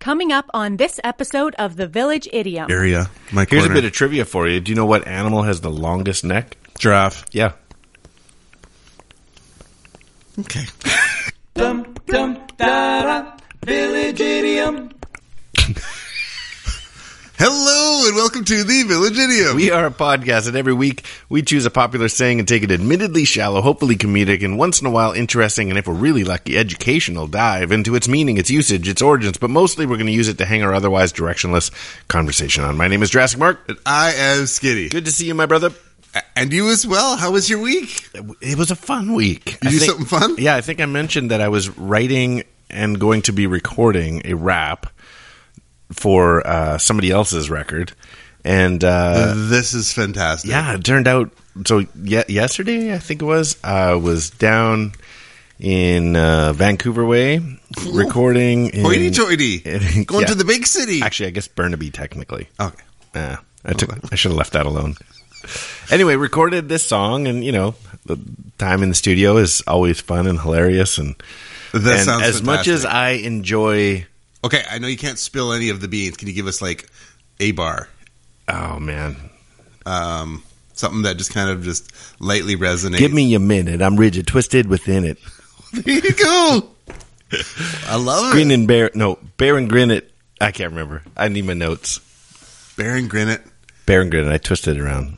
coming up on this episode of The Village Idiom. area. My Here's corner. a bit of trivia for you. Do you know what animal has the longest neck? giraffe. Yeah. Okay. Hello and welcome to the Village Idiom. We are a podcast, and every week we choose a popular saying and take an admittedly shallow, hopefully comedic, and once in a while interesting, and if we're really lucky, educational dive into its meaning, its usage, its origins, but mostly we're going to use it to hang our otherwise directionless conversation on. My name is Jurassic Mark. I am Skitty, Good to see you, my brother. A- and you as well. How was your week? It was a fun week. You I do think- something fun? Yeah, I think I mentioned that I was writing and going to be recording a rap for uh, somebody else's record, and uh, this is fantastic. yeah, it turned out. So ye- yesterday, I think it was, I was down in uh, Vancouver way recording. Oh, in- Hoity-toity. in- Going yeah. to the big city. Actually, I guess Burnaby technically. okay. Uh, I took. I should have left that alone. Anyway, recorded this song, and you know, the time in the studio is always fun and hilarious. And, That and sounds as much as fantastic. I enjoy, Okay, I know you can't spill any of the beans. Can you give us like a bar? oh man, Um something that just kind of just lightly resonates. give me a minute. I'm rigid, twisted within it. There you go. I love Grin it. and bear. No, bear and grin it. I can't remember. I need my notes. Baron Grinnet. Bear and grin it. I twisted it around.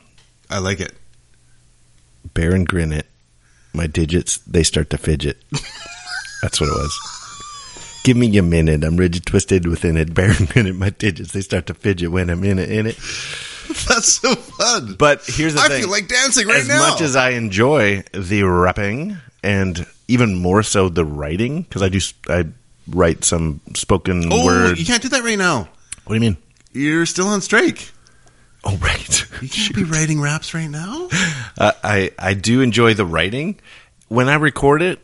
I like it. Bear and grin it. My digits they start to fidget. That's what it was. Give me a minute. I'm rigid, twisted within it. Bear and grin it. My digits they start to fidget when I'm in it. In it. That's so fun. But here's the I thing. feel like dancing right as now. much as I enjoy the rapping and even more so the writing, because I do s- I write some spoken oh, word. you can't do that right now. What do you mean? You're still on strike. Oh, right. You can't be writing raps right now. Uh, I I do enjoy the writing. When I record it,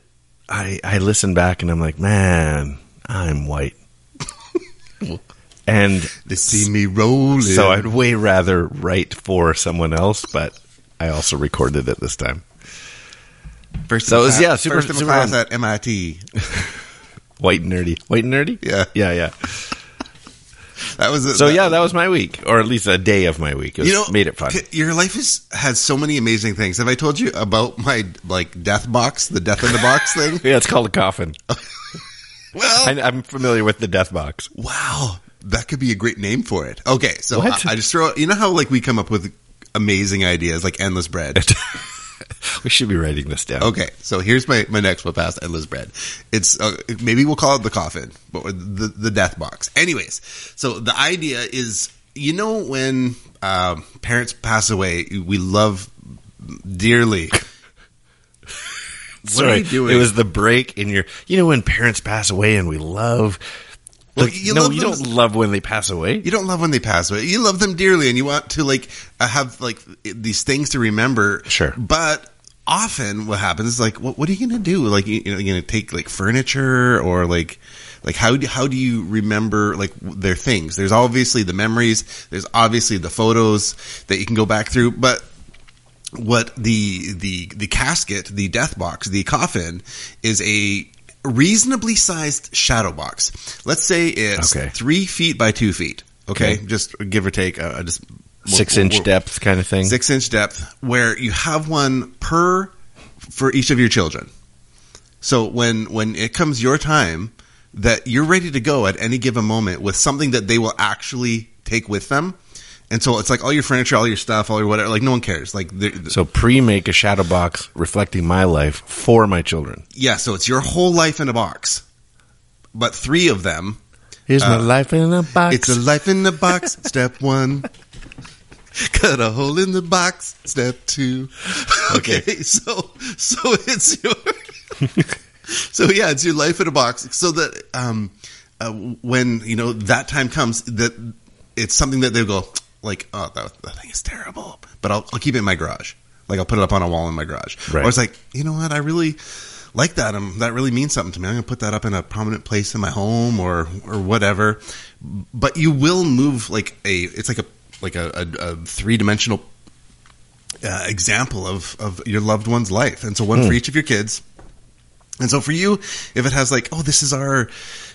I I listen back and I'm like, man, I'm white. and They see me rolling. so I'd way rather write for someone else, but I also recorded it this time. first so in it was, cla- yeah, super- first in super class fun. at MIT. White and nerdy, white and nerdy. Yeah. yeah, yeah. That was it. So yeah, that was my week, or at least a day of my week. It was, you know, made it fun. c- Your life is has so many amazing things. Have I told you about my like death box, the death in the box thing? yeah, it's called a coffin. Well, I, I'm familiar with the death box. Wow, that could be a great name for it. Okay, so I, What? I just throw. You know how like we come up with amazing ideas like endless bread. We should be writing this down. okay, so here's my my next one past endless bread. It's uh, maybe we'll call it the coffin, but or the the death box. Anyways, so the idea is you know when um, parents pass away, we love dearly. Sorry, are you doing? It was the break in your. You know when parents pass away and we love. Well, like, you no, love you them don't as- love when they pass away. you don't love when they pass away. You love them dearly, and you want to like uh, have like these things to remember. Sure. but often what happens is like, what, what are you going to do? Like, you, you know, you're going to take like furniture or like. Like how do how do you remember like their things? There's obviously the memories. There's obviously the photos that you can go back through, but what the the the casket, the death box, the coffin is a reasonably sized shadow box. Let's say it's Okay. three feet by two feet. Okay, Okay. just give or take. Uh, I just Six inch depth kind of thing. Six inch depth, where you have one per for each of your children. So when when it comes your time, that you're ready to go at any given moment with something that they will actually take with them. And so it's like all your furniture, all your stuff, all your whatever. Like no one cares. Like they're- So pre make a shadow box reflecting my life for my children. Yeah, so it's your whole life in a box. But three of them. Here's my life in a Uh, box. It's a life in a box, step one. Cut a hole in the box, step two. Okay, so so it's your So yeah, it's your life in a box. So that um uh, when, you know, that time comes that it's something that they'll go like, oh that, that thing is terrible. But I'll I'll keep it in my garage. Like I'll put it up on a wall in my garage. Right. Or it's like, you know what, I really like that. Um, that really means something to me. I'm going to put that up in a prominent place in my home or or whatever. But you will move like a it's like a like a, a, a three dimensional uh, example of of your loved one's life, and so one for each of your kids. And so for you, if it has like, oh, this is our,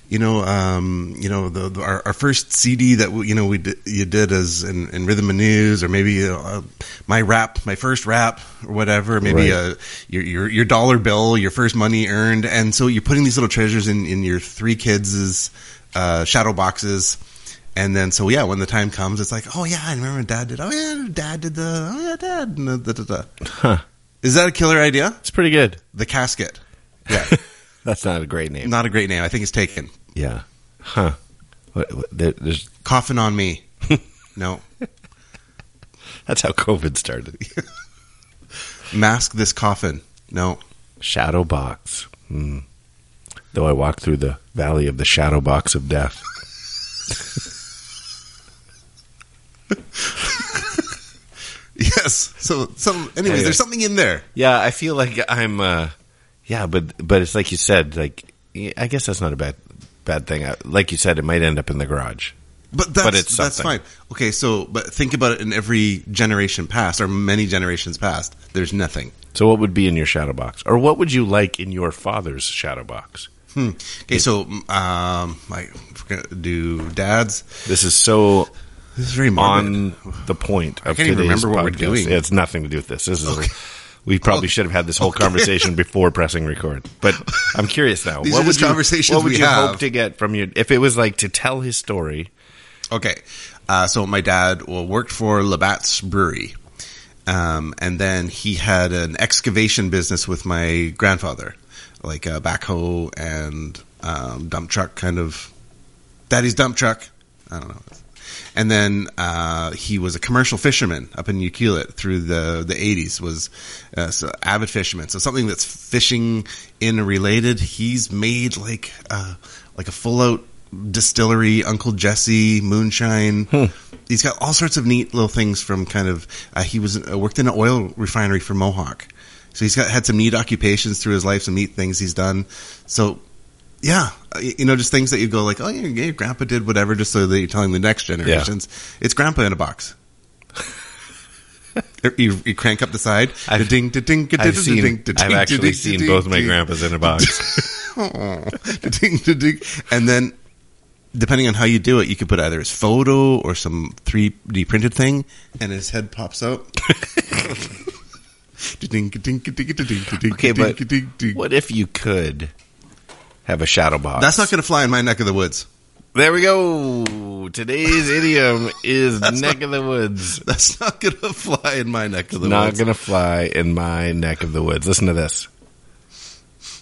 you know, um, you know, the, the our, our first CD that we, you know we did, you did as in, in rhythm and news, or maybe uh, my rap, my first rap, or whatever, maybe Right. uh, your, your your dollar bill, your first money earned, and so you're putting these little treasures in in your three kids' uh, shadow boxes. And then, so yeah, when the time comes, it's like, oh yeah, I remember when dad did. Oh yeah, dad did the. Oh yeah, dad. and the- Da, da, da. Huh. Is that a killer idea? It's pretty good. The casket. That's not a great name. Not a great name. I think it's taken. Yeah. Huh. What, what, there, there's, Coffin on me. no. that's how COVID started. Mask this coffin. No. Shadow box. Hmm. Though I walk through the valley of the shadow box of death. Yes. So some. Anyways, Anyway. there's something in there. Yeah, I feel like I'm. Uh, yeah, but but it's like you said. Like I guess that's not a bad bad thing. I, like you said, it might end up in the garage. But that's it's that's something. fine. Okay. So, but think about it. In every generation past, or many generations past, there's nothing. So what would be in your shadow box, or what would you like in your father's shadow box? Hmm. Okay. So, um, I forgot- do dads. This is so This is very modern. on the point. Of I can't even today's remember what we're podcast. doing. It's nothing to do with this. This is. we probably Okay. should have had this whole Okay. conversation before pressing record, but I'm curious now. These what are would just you, conversations What would we you hope have. to get from your? If it was like to tell his story, Okay. Uh, so my dad well, worked for Labatt's Brewery. Um, and then he had an excavation business with my grandfather, like a backhoe and um, dump truck kind of. Daddy's dump truck. I don't know. And then uh, he was a commercial fisherman up in Euclid through the the eighties. Was uh, so avid fisherman. So something that's fishing in related. He's made like uh, like a full out distillery, Uncle Jesse moonshine. He's got all sorts of neat little things from kind of. Uh, he was uh, worked in an oil refinery for Mohawk. So he's got had some neat occupations through his life, some neat things he's done. So yeah, uh, you know, just things that you go like, oh, yeah, yeah, grandpa did whatever, just so that you're telling the next generations it's grandpa in a box. you, you crank up the side. I've- ding, ding, ding, ding, ding, I've seen. ding, I've ding, actually ding, seen ding, both my ding. grandpas in a box. Aw. Da-ding, da-ding. and then depending on how you do it you could put either his photo or some 3d printed thing and his head pops out Okay, okay but what if you could have a shadow box? that's not going to fly in my neck of the woods There we go. Today's idiom is neck of the woods. that's not going to fly in my neck of the Not woods gonna fly in my neck of the woods. Listen to this.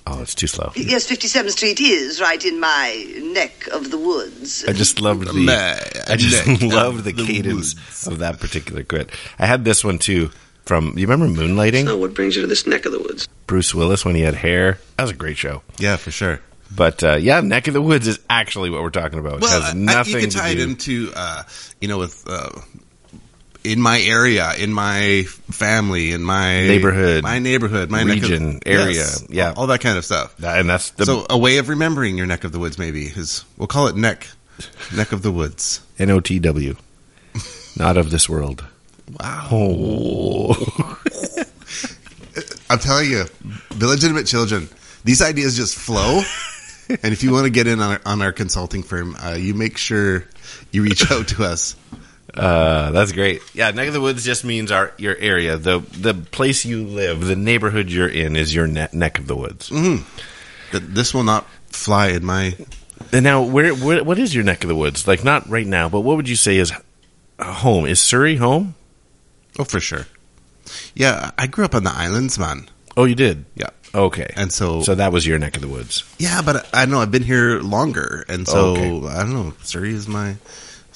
Oh, it's too slow. Yes, 57th Street is right in my neck of the woods. I just My loved the. I just neck of loved the, the cadence of that particular quit. I had this one too from you remember Moonlighting? Now, what brings you to this neck of the woods? Bruce Willis when he had hair. That was a great show. yeah for sure But uh, yeah, neck of the woods is actually what we're talking about. well I- it I- has nothing you could to tie do. it into uh, you know with uh, in my area, in my family, in my Neighborhood. my neighborhood, my neck of- Region, area, yeah. all that kind of stuff. That- and that's the so a way of remembering your neck of the woods maybe is we'll call it neck neck of the woods N O T W. Not of this world. wow Oh. i'm telling you the legitimate children these ideas just flow and if you want to get in on our, on our consulting firm uh, you make sure you reach out to us Uh, that's great. Yeah, neck of the woods just means our your area, the the place you live, the neighborhood you're in is your ne- neck of the woods. Mm-hmm. that this will not fly in my And now, where, where what is your neck of the woods? Like not right now, but what would you say is home? Is Surrey home? oh for sure yeah i grew up on the islands man Oh, you did. yeah Okay, And so- so that was your neck of the woods. yeah but i know i've been here longer and so Okay. i don't know surrey is my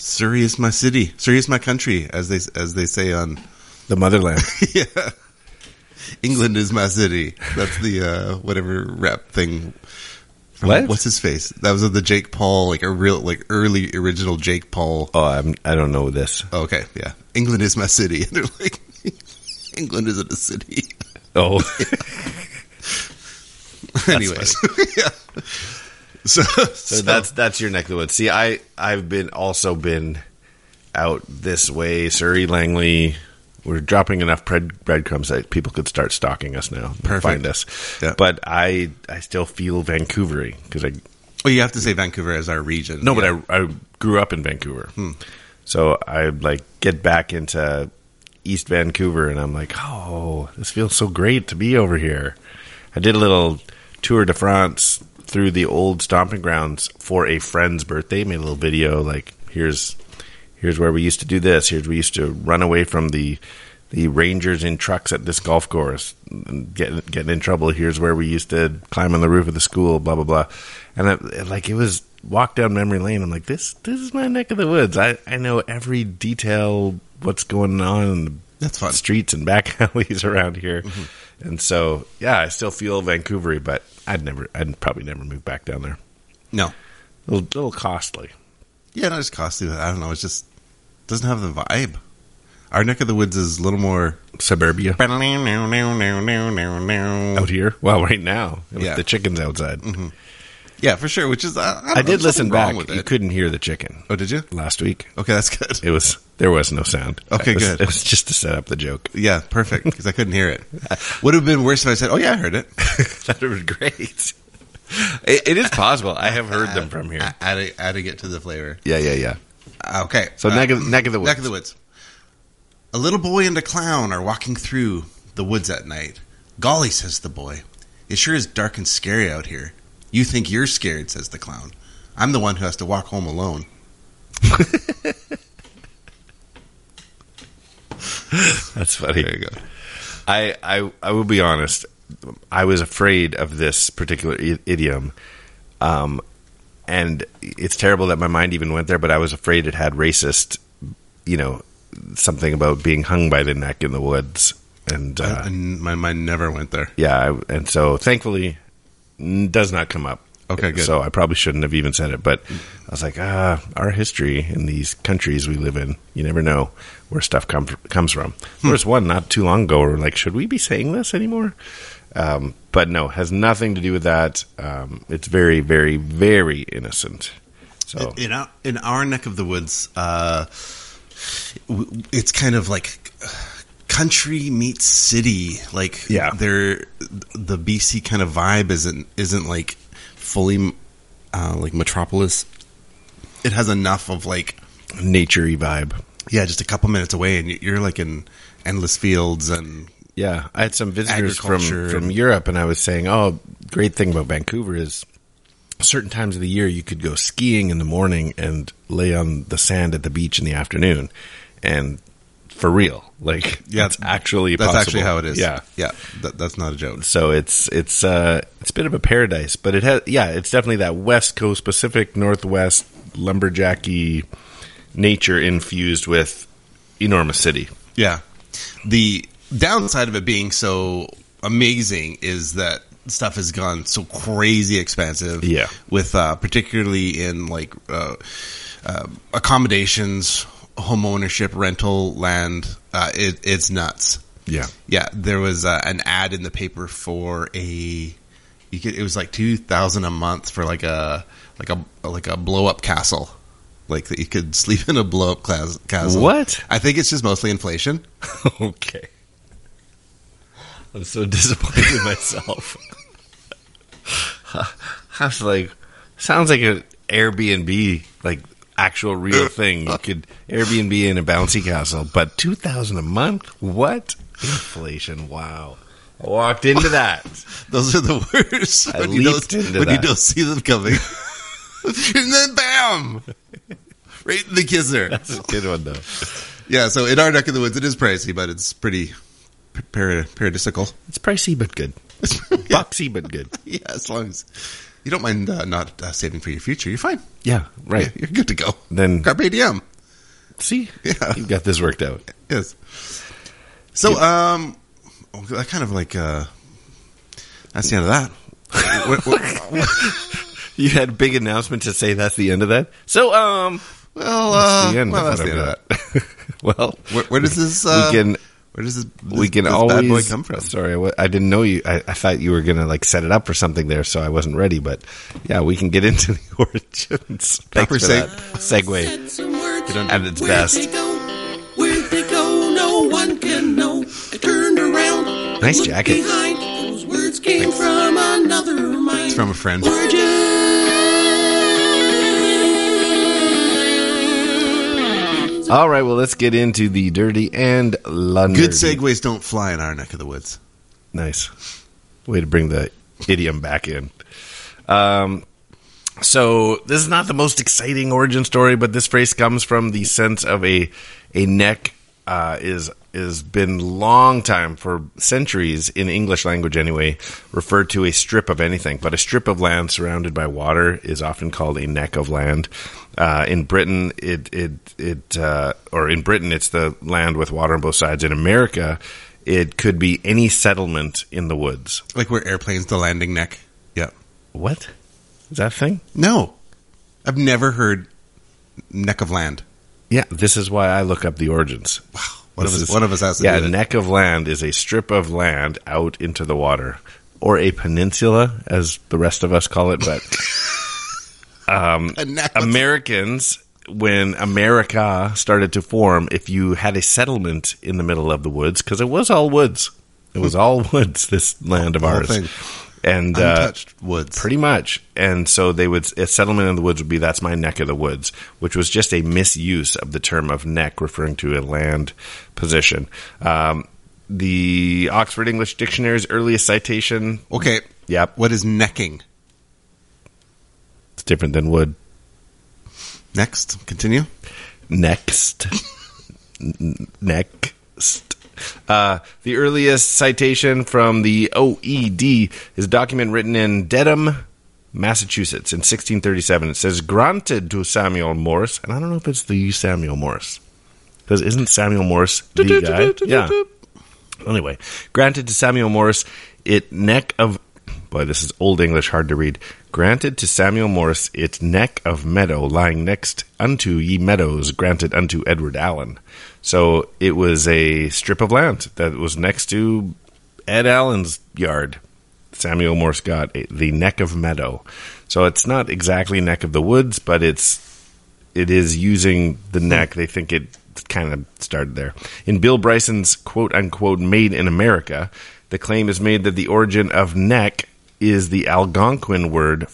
surrey is my city surrey is my country as they as they say on The motherland. yeah. England is my city. That's the uh, whatever rap thing. From- What? What's his face? That was the Jake Paul, like a real, like early original Jake Paul. oh, I'm, I don't know this. Oh, okay, yeah. England is my city. And they're like, England isn't a city. Oh, Anyways, yeah. So, So that's that's your neck of the woods. See, I I've been also been out this way, Surrey, Langley, We're dropping enough bread, breadcrumbs that people could start stalking us now. and Perfect. Find us. Yeah. But I I still feel Vancouvery because I Oh, you have to say Vancouver as our region. no, but I I grew up in Vancouver, so I like get back into East Vancouver, and I'm like, oh, this feels so great to be over here. I did a little tour de France through the old stomping grounds for a friend's birthday. Made a little video like, here's here's where we used to do this. Here's where we used to run away from the the rangers in trucks at this golf course and getting getting in trouble. Here's where we used to climb on the roof of the school. Blah blah blah. And it, like it was walk down memory lane. I'm like this this is my neck of the woods. I I know every detail. What's going on in the That's fun. streets and back alleys around here. Mm-hmm. And so yeah, I still feel Vancouver, but I'd never I'd probably never move back down there. no. A little, little costly. Yeah, not just costly. I don't know. It's just doesn't have the vibe. Our neck of the woods is a little more. Suburbia. out Oh, Yeah, here. Well, right now with Yeah. Mm-hmm. the chickens outside. for sure. Which is I, I did listen back. With You it. couldn't hear the chicken oh, did you? last week. Okay, that's good. It was there was no sound. Okay, It was- good. It was just to set up the joke. Yeah, perfect. Because I couldn't hear it. Would have been worse if I said, "Oh yeah, I heard it." that would be great. It, it is possible. I have heard them from here. Adding, adding it to the flavor. Yeah, yeah, yeah. Okay. uh, So neck of- neck of the Neck of the woods. woods. A little boy and a clown are walking through the woods at night. Golly, says the boy. It sure is dark and scary out here. You think you're scared, says the clown. I'm the one who has to walk home alone. That's funny. There you go. I, I I will be honest. I was afraid of this particular I- idiom, um, and it's terrible that my mind even went there. But I was afraid it had racist, you know, something about being hung by the neck in the woods, and uh, And my mind never went there. yeah, I, and so thankfully n- does not come up. Okay, good. So I probably shouldn't have even said it, but I was like, ah, our history in these countries we live in, you never know where stuff come, comes from. Hmm. There was one not too long ago where we're like, should we be saying this anymore? Um, but no, has nothing to do with that. Um, it's very, very, very innocent. So In our, in our neck of the woods, uh, w- it's kind of like uh, country meets city. Like Yeah. they're the BC kind of vibe isn't isn't like fully uh, like metropolis. It has enough of like naturey vibe. yeah, just a couple minutes away, and you- you're like in endless fields and Yeah, I had some visitors from Agriculture from and- Europe, and I was saying, "Oh, great thing about Vancouver is certain times of the year you could go skiing in the morning and lay on the sand at the beach in the afternoon." And for real, like Yeah, that's actually that's possible. actually how it is. Yeah, yeah, that, that's not a joke. so it's it's uh it's a bit of a paradise, but it has yeah, it's definitely that West Coast Pacific Northwest lumberjacky nature infused with enormous city. Yeah. The downside of it being so amazing is that stuff has gone so crazy expensive. Yeah. With uh, particularly in like uh, uh, accommodations, home ownership, rental, land. Uh, it, it's nuts. Yeah. Yeah, there was uh, an ad in the paper for a. You could, it was like two thousand a month for like a like a like a blow up castle, like that you could sleep in a blow up cas- castle. What? I think it's just mostly inflation. okay. I'm so disappointed in myself. I was like, sounds like an Airbnb, like actual real thing. You could Airbnb in a bouncy castle, but two thousand a month? What inflation? Wow! I walked into that. Those are the worst. I when you leaped don't, into when you that. don't see them coming, and then bam, right in the kisser. It's a good one though. Yeah. So in our neck of the woods, it is pricey, but it's pretty par- paradisical. It's pricey but good. Boxy but good. Yeah, as long as you don't mind uh, not uh, saving for your future, you're fine. Yeah, right. You're good to go. Then- carpe diem. See, Yeah. you've got this worked out. Yes. So, um, I kind of like uh, that's the end of that. What- what- You had a big announcement to say that's the end of that. So, um, well, uh, the end well, of that's the end of that. that. well, Where, where does this? we Uh, can- Where does this? we this- can this always bad boy come from? Sorry, I wa- I didn't know you. I, I thought you were gonna like set it up or something there, so I wasn't ready. But yeah, we can get into the origins. Thanks Proper for seg- that segue. Said some words. At its Where'd best. they go? Where'd they go? No one can Nice jacket. Behind those words came from another mind. It's from a friend. All right, well, let's get into the dirty and London. Good segues don't fly in our neck of the woods. Nice. Way to bring the idiom back in. Um, so this is not the most exciting origin story, but this phrase comes from the sense of a a neck uh, is is been long time for centuries in English language anyway referred to a strip of anything, but a strip of land surrounded by water is often called a neck of land. Uh, in Britain, it it it uh, or in Britain it's the land with water on both sides. In America, it could be any settlement in the woods. Like where airplanes the landing neck. Yeah. What is that a thing? No. I've never heard neck of land. Yeah, this is why I look up the origins. Wow, One of, us, one of us has to yeah, do that. neck of land is a strip of land out into the water, or a peninsula, as the rest of us call it. But A neck of- Americans, when America started to form, if you had a settlement in the middle of the woods, because it was all woods, it was all woods. This land of Whole ours, thing. and uh, untouched woods. Pretty much. And so they would a settlement in the woods would be that's my neck of the woods, which was just a misuse of the term of neck referring to a land position. Um, the Oxford English Dictionary's earliest citation, okay. Yep. What is necking? it's different than wood. Next, continue. Next. N- Next. Uh, the earliest citation from the OED is a document written in Dedham, Massachusetts in 1637. It says, granted to Samuel Morse, and I don't know if it's the Samuel Morse. Because isn't Samuel Morse the guy? Yeah. Anyway, granted to Samuel Morse, it neck of boy, this is old English, hard to read. Granted to Samuel Morse, it neck of meadow lying next unto ye meadows, granted unto Edward Allen. So it was a strip of land that was next to Ed Allen's yard. Samuel Morse got a- the neck of meadow. So it's not exactly neck of the woods, but it's it is using the neck. They think it kind of started there. In Bill Bryson's quote unquote Made in America, the claim is made that the origin of neck is the Algonquin word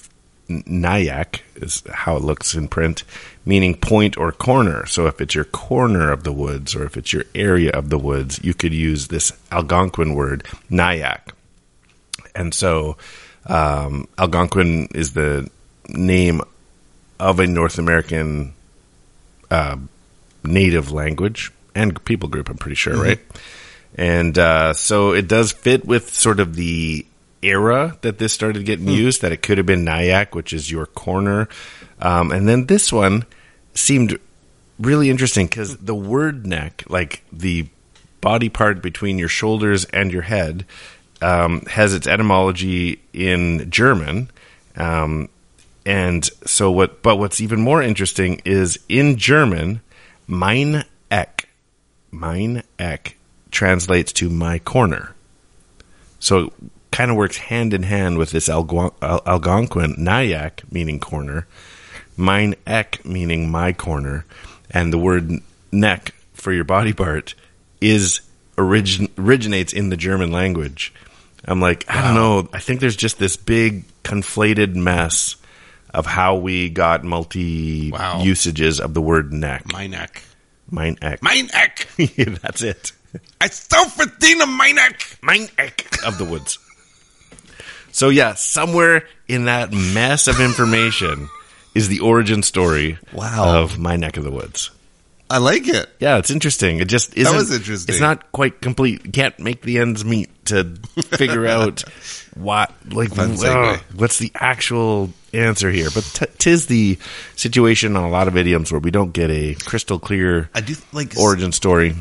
n- nyack, is how it looks in print, meaning point or corner. So if it's your corner of the woods or if it's your area of the woods, you could use this Algonquin word nyack. And so um, Algonquin is the name of a North American uh, native language and people group, I'm pretty sure, right? And uh, so it does fit with sort of the era that this started getting used, that it could have been Nyack, which is your corner. Um, and then this one seemed really interesting because the word neck, like the body part between your shoulders and your head, um, has its etymology in German. Um, and so what? But what's even more interesting is in German, "mein Eck," "mein Eck" translates to "my corner." So it kind of works hand in hand with this Algon- Al- Algonquin Nyack, meaning corner, mine ek, meaning my corner, and the word neck for your body part is origin- originates in the German language. I'm like, I don't know. I think there's just this big conflated mess of how we got multi Wow. usages of the word neck. My neck. Mine ek. My neck. Yeah, That's it. I still verdien my neck. Mine Eck of the woods. So yeah, somewhere in that mess of information is the origin story Wow. of my neck of the woods. I like it. Yeah, it's interesting. It just isn't, was interesting. It's not quite complete. You can't make the ends meet to figure out what like Fun ugh, segue. what's the actual answer here. But t- tis the situation on a lot of idioms where we don't get a crystal clear I do like origin story.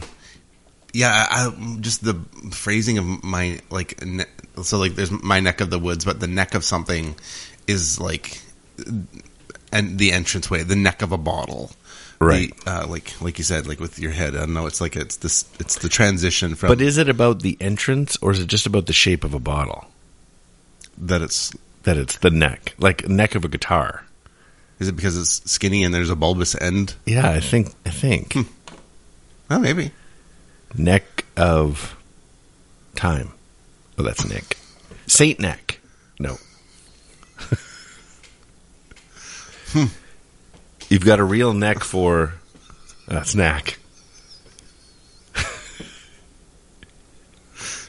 yeah, I, I- just the phrasing of my like ne- so like there's my neck of the woods, but the neck of something is like and the entranceway, the neck of a bottle. Right. The, uh, like like you said, like with your head. I don't know. It's like it's this. It's the transition from But is it about the entrance or is it just about the shape of a bottle? that it's that it's the neck, like neck of a guitar. is it because it's skinny and there's a bulbous end? Yeah, I think I think Oh, maybe. neck of time. Oh, that's Nick. Saint Neck. No. Hmm. You've got a real neck for a snack.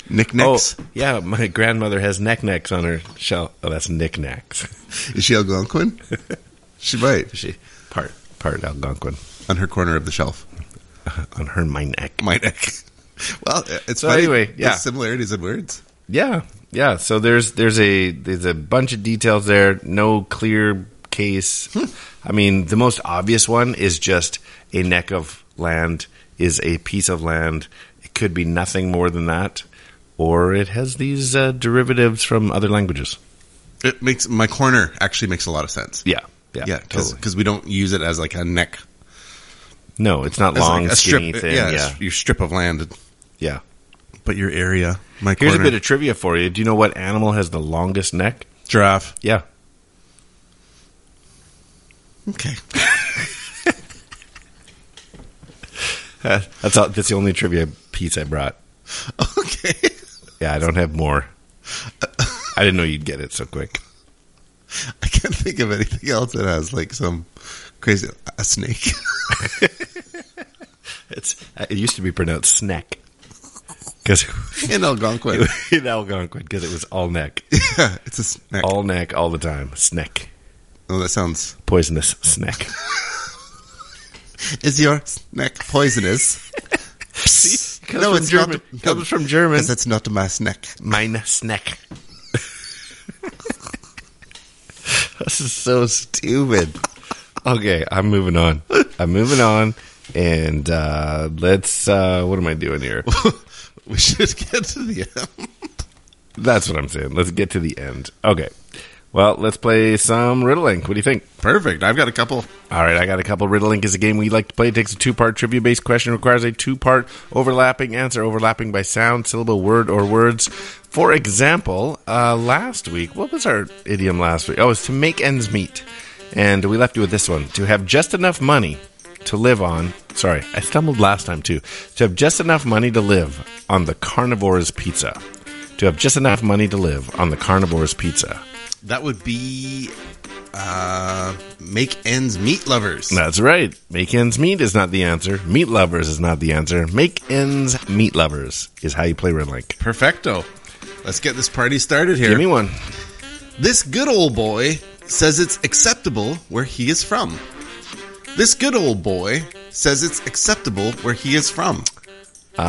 Knickknacks? Oh, yeah. My grandmother has knickknacks on her shell. Oh, that's knickknacks. Is she Algonquin? she might. she part part Algonquin uh, On her corner of the shelf. on her my neck. My neck. Well, it's So funny. anyway, There's yeah. similarities in words. Yeah, yeah. So there's there's a there's a bunch of details there. No clear case. Hmm. I mean, the most obvious one is just a neck of land is a piece of land. It could be nothing more than that, or it has these uh, derivatives from other languages. It makes my corner actually makes a lot of sense. Yeah, yeah, yeah, because totally. we don't use it as like a neck, No, it's not as long, like a skinny strip, thing. yeah, Yeah, a yeah. s- your strip of land, but your area. My Here's corner, a bit of trivia for you. Do you know what animal has the longest neck? giraffe. Yeah, Okay, that's all, that's the only trivia piece I brought. okay. Yeah, I don't have more. I didn't know you'd get it so quick. I can't think of anything else that has like some crazy a snake. It's it used to be pronounced snack because in Algonquin. in Algonquin because it was all neck, yeah, it's a snack. all neck, all the time. Snack, oh, that sounds. poisonous snack. Is your snack poisonous? comes from German. Comes from German. Because it's not my snack. Mine snack. this is so stupid. Okay, I'm moving on. I'm moving on, and uh, let's. Uh, what am I doing here? we should get to the end. That's what I'm saying. Let's get to the end. Okay. Well, let's play some riddling. What do you think? Perfect. I've got a couple. All right, I got a couple. Riddle Link is a game we like to play. It takes a two-part trivia-based question, requires a two-part overlapping answer, overlapping by sound, syllable, word, or words. For example, uh, last week, what was our idiom last week? Oh, it's to make ends meet, and we left you with this one: to have just enough money to live on. Sorry, I stumbled last time too. To have just enough money to live on the carnivore's pizza. To have just enough money to live on the carnivore's pizza. That would be uh, make ends meet lovers. That's right. Make ends meet is not the answer. Meat lovers is not the answer. Make ends meat lovers is how you play Red Link. Perfecto. Let's get this party started here. Give me one. This good old boy says it's acceptable where he is from. This good old boy says it's acceptable where he is from.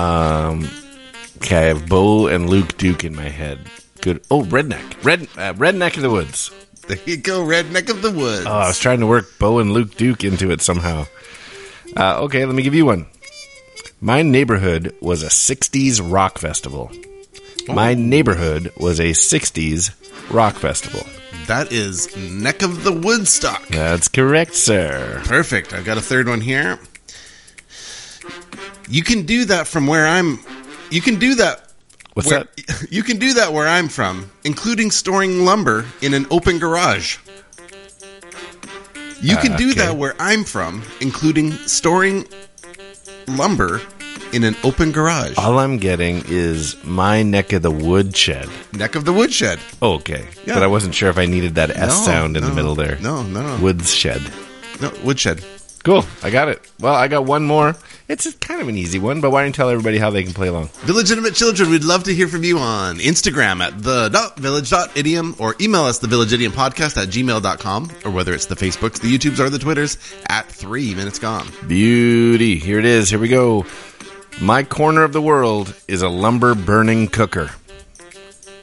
Okay, I have Bo and Luke Duke in my head. Good. Oh, redneck. Red uh, redneck of the woods. There you go, redneck of the woods. Oh, I was trying to work Bo and Luke Duke into it somehow. Uh, okay, let me give you one. My neighborhood was a '60s rock festival. Oh. My neighborhood was a '60s rock festival. that is neck of the Woodstock. That's correct, sir. Perfect. I've got a third one here. You can do that from where I'm. You can do that. What's where, that? You can do that where I'm from, including storing lumber in an open garage. You can Uh, do okay. that where I'm from, including storing lumber in an open garage. All I'm getting is my neck of the woodshed. Neck of the woodshed. Oh, okay. Yeah. But I wasn't sure if I needed that S No, sound in no, the middle there. no, no. Woodshed. No, woodshed. Cool. I got it. Well, I got one more. It's kind of an easy one, but why don't you tell everybody how they can play along? The Legitimate Children, we'd love to hear from you on Instagram at the dot village dot idiom or email us the village idiom podcast at gmail.com or whether it's the Facebooks, the YouTubes, or the Twitters at three minutes gone. Beauty. Here it is. Here we go. My corner of the world is a lumber burning cooker.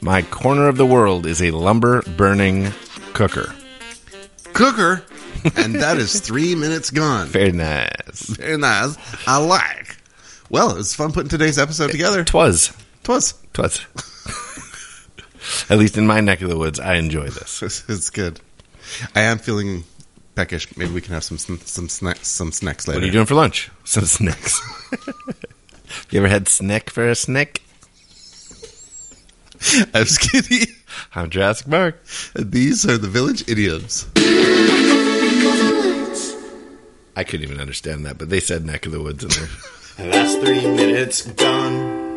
My corner of the world is a lumber burning cooker. Cooker, and that is three minutes gone. Very nice. Very nice. I like. Well, it was fun putting today's episode together. Twas. Twas. Twas. At least in my neck of the woods, I enjoy this. It's good. I am feeling peckish. Maybe we can have some some some, snacks some snacks later. What are you doing for lunch? Some snacks. you ever had snack for a snack? I was kidding. I'm Jurassic Park. These are the village idioms. I couldn't even understand that, but they said neck of the woods in there. Last three minutes gone.